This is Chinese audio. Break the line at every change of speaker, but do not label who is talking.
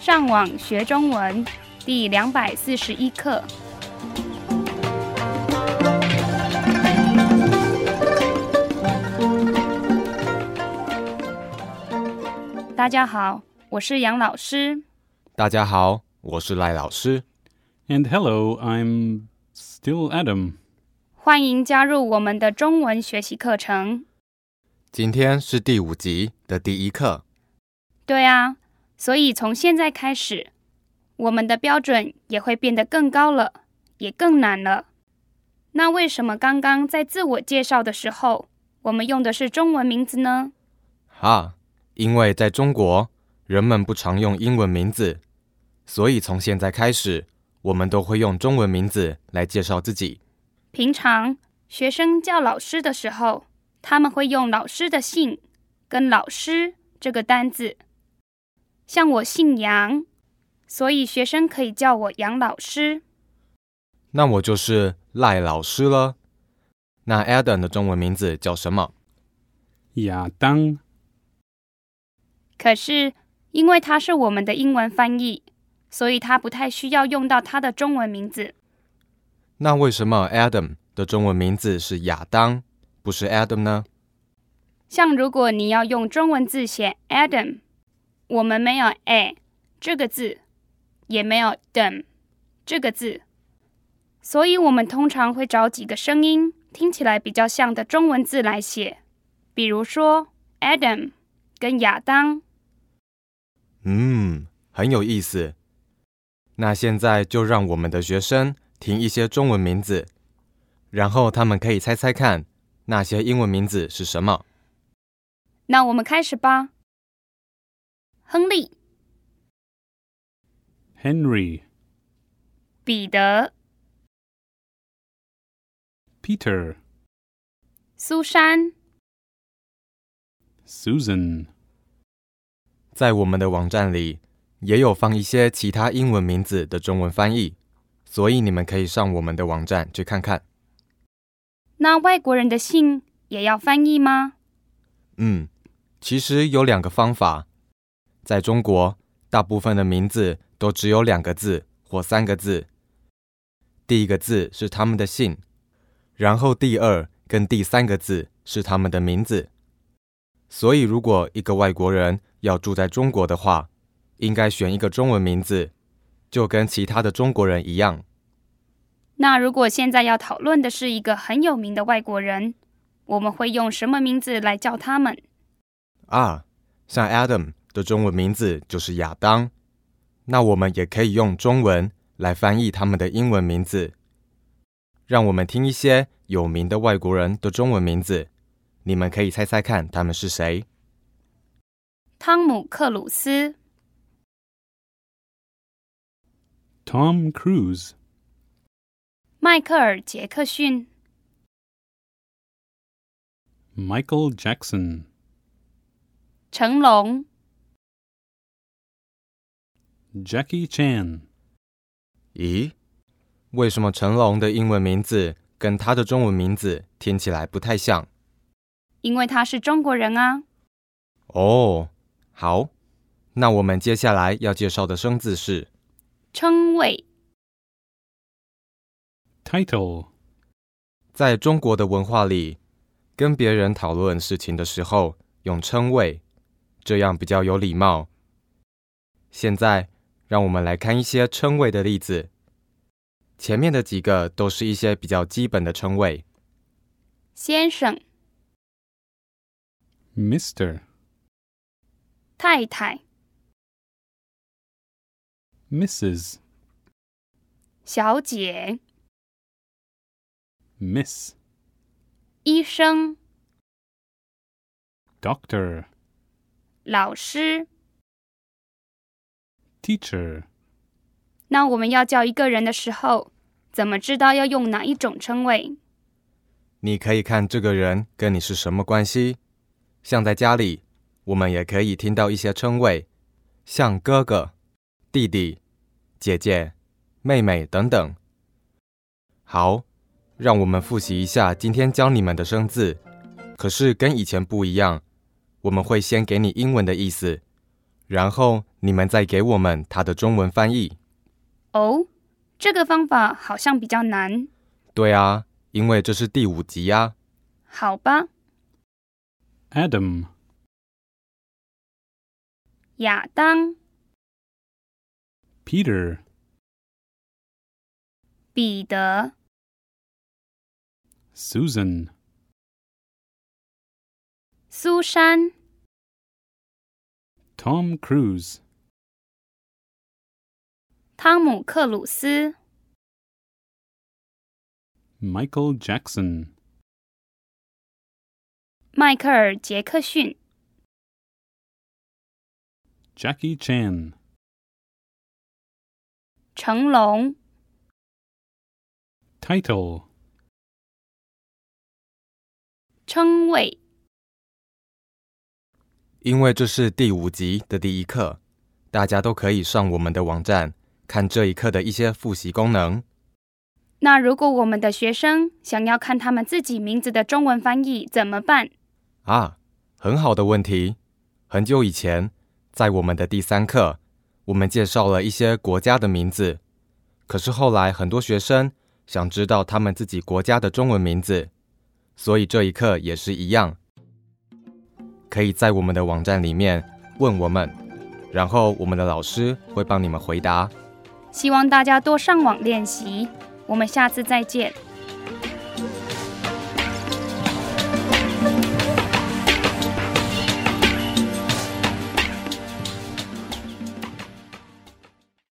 上网学中文第两百四十一课。大家好，我是杨老师。
大家好，我是赖老师。
And hello, I'm still Adam.
欢迎加入我们的中文学习课程。
今天是第五集的第一课，
对啊，所以从现在开始，我们的标准也会变得更高了，也更难了。那为什么刚刚在自我介绍的时候，我们用的是中文名字呢？
哈，因为在中国，人们不常用英文名字，所以从现在开始，我们都会用中文名字来介绍自己。
平常学生叫老师的时候，他们会用老师的姓跟“老师”这个单字。像我姓杨，所以学生可以叫我杨老师。
那我就是赖老师了。那 Adam 的中文名字叫什么？
亚当，
可是因为它是我们的英文翻译，所以它不太需要用到它的中文名字。
那为什么 Adam 的中文名字是亚当，不是 Adam 呢？
像如果你要用中文字写 Adam，我们没有 a 这个字，也没有 dem 这个字，所以我们通常会找几个声音听起来比较像的中文字来写，比如说 Adam 跟亚当。
嗯，很有意思。那现在就让我们的学生听一些中文名字，然后他们可以猜猜看那些英文名字是什么。
那我们开始吧。亨利、
Henry,
彼得、
Peter,
苏珊、
Susan,
在我们的网站里也有放一些其他英文名字的中文翻译，所以你们可以上我们的网站去看看。
那外国人的姓也要翻译吗？
嗯，其实有两个方法。在中国，大部分的名字都只有两个字或三个字。第一个字是他们的姓，然后第二跟第三个字是他们的名字。所以，如果一个外国人要住在中国的话，应该选一个中文名字，就跟其他的中国人一样。
那如果现在要讨论的是一个很有名的外国人，我们会用什么名字来叫他们？
啊，像 Adam 的中文名字就是亚当，那我们也可以用中文来翻译他们的英文名字。让我们听一些有名的外国人的中文名字，你们可以猜猜看他们是谁。
汤姆·克鲁斯、
Tom Cruise,
迈克尔·杰克逊、
Michael Jackson,
成龙、
Jackie Chan,
咦，为什么成龙的英文名字跟他的中文名字听起来不太像？
因为他是中国人啊。
哦，好，那我们接下来要介绍的生字是
称谓
Title,
在中国的文化里，跟别人讨论事情的时候用称谓，这样比较有礼貌。现在，让我们来看一些称谓的例子。前面的几个都是一些比较基本的称谓，
先生、
Mr.
太太、
Mrs.
小姐、
Miss,
医生、
Doctor,
老师。
Teacher,
那我们要叫一个人的时候，怎么知道要用哪一种称谓？
你可以看这个人跟你是什么关系。像在家里，我们也可以听到一些称谓，像哥哥、弟弟、姐姐、妹妹等等。好，让我们复习一下今天教你们的生字。可是跟以前不一样，我们会先给你英文的意思，然后你们再给我们它的中文翻译。
哦，这个方法好像比较难。
对啊，因为这是第五集呀、啊。
好吧，
Adam,
亚当、
Peter,
彼得、
Susan,
苏珊、
Tom Cruise,
汤姆·克鲁斯、
Michael Jackson,
迈克尔·杰克逊、
Jackie Chan,
成龙、
Title,
称谓、
因为这是第五集的第一课，大家都可以上我们的网站看这一课的一些复习功能。
那如果我们的学生想要看他们自己名字的中文翻译怎么办？
啊，很好的问题。很久以前，在我们的第三课，我们介绍了一些国家的名字。可是后来，很多学生想知道他们自己国家的中文名字，所以这一课也是一样，可以在我们的网站里面问我们，然后我们的老师会帮你们回答。
希望大家多上网练习。我们下次再见，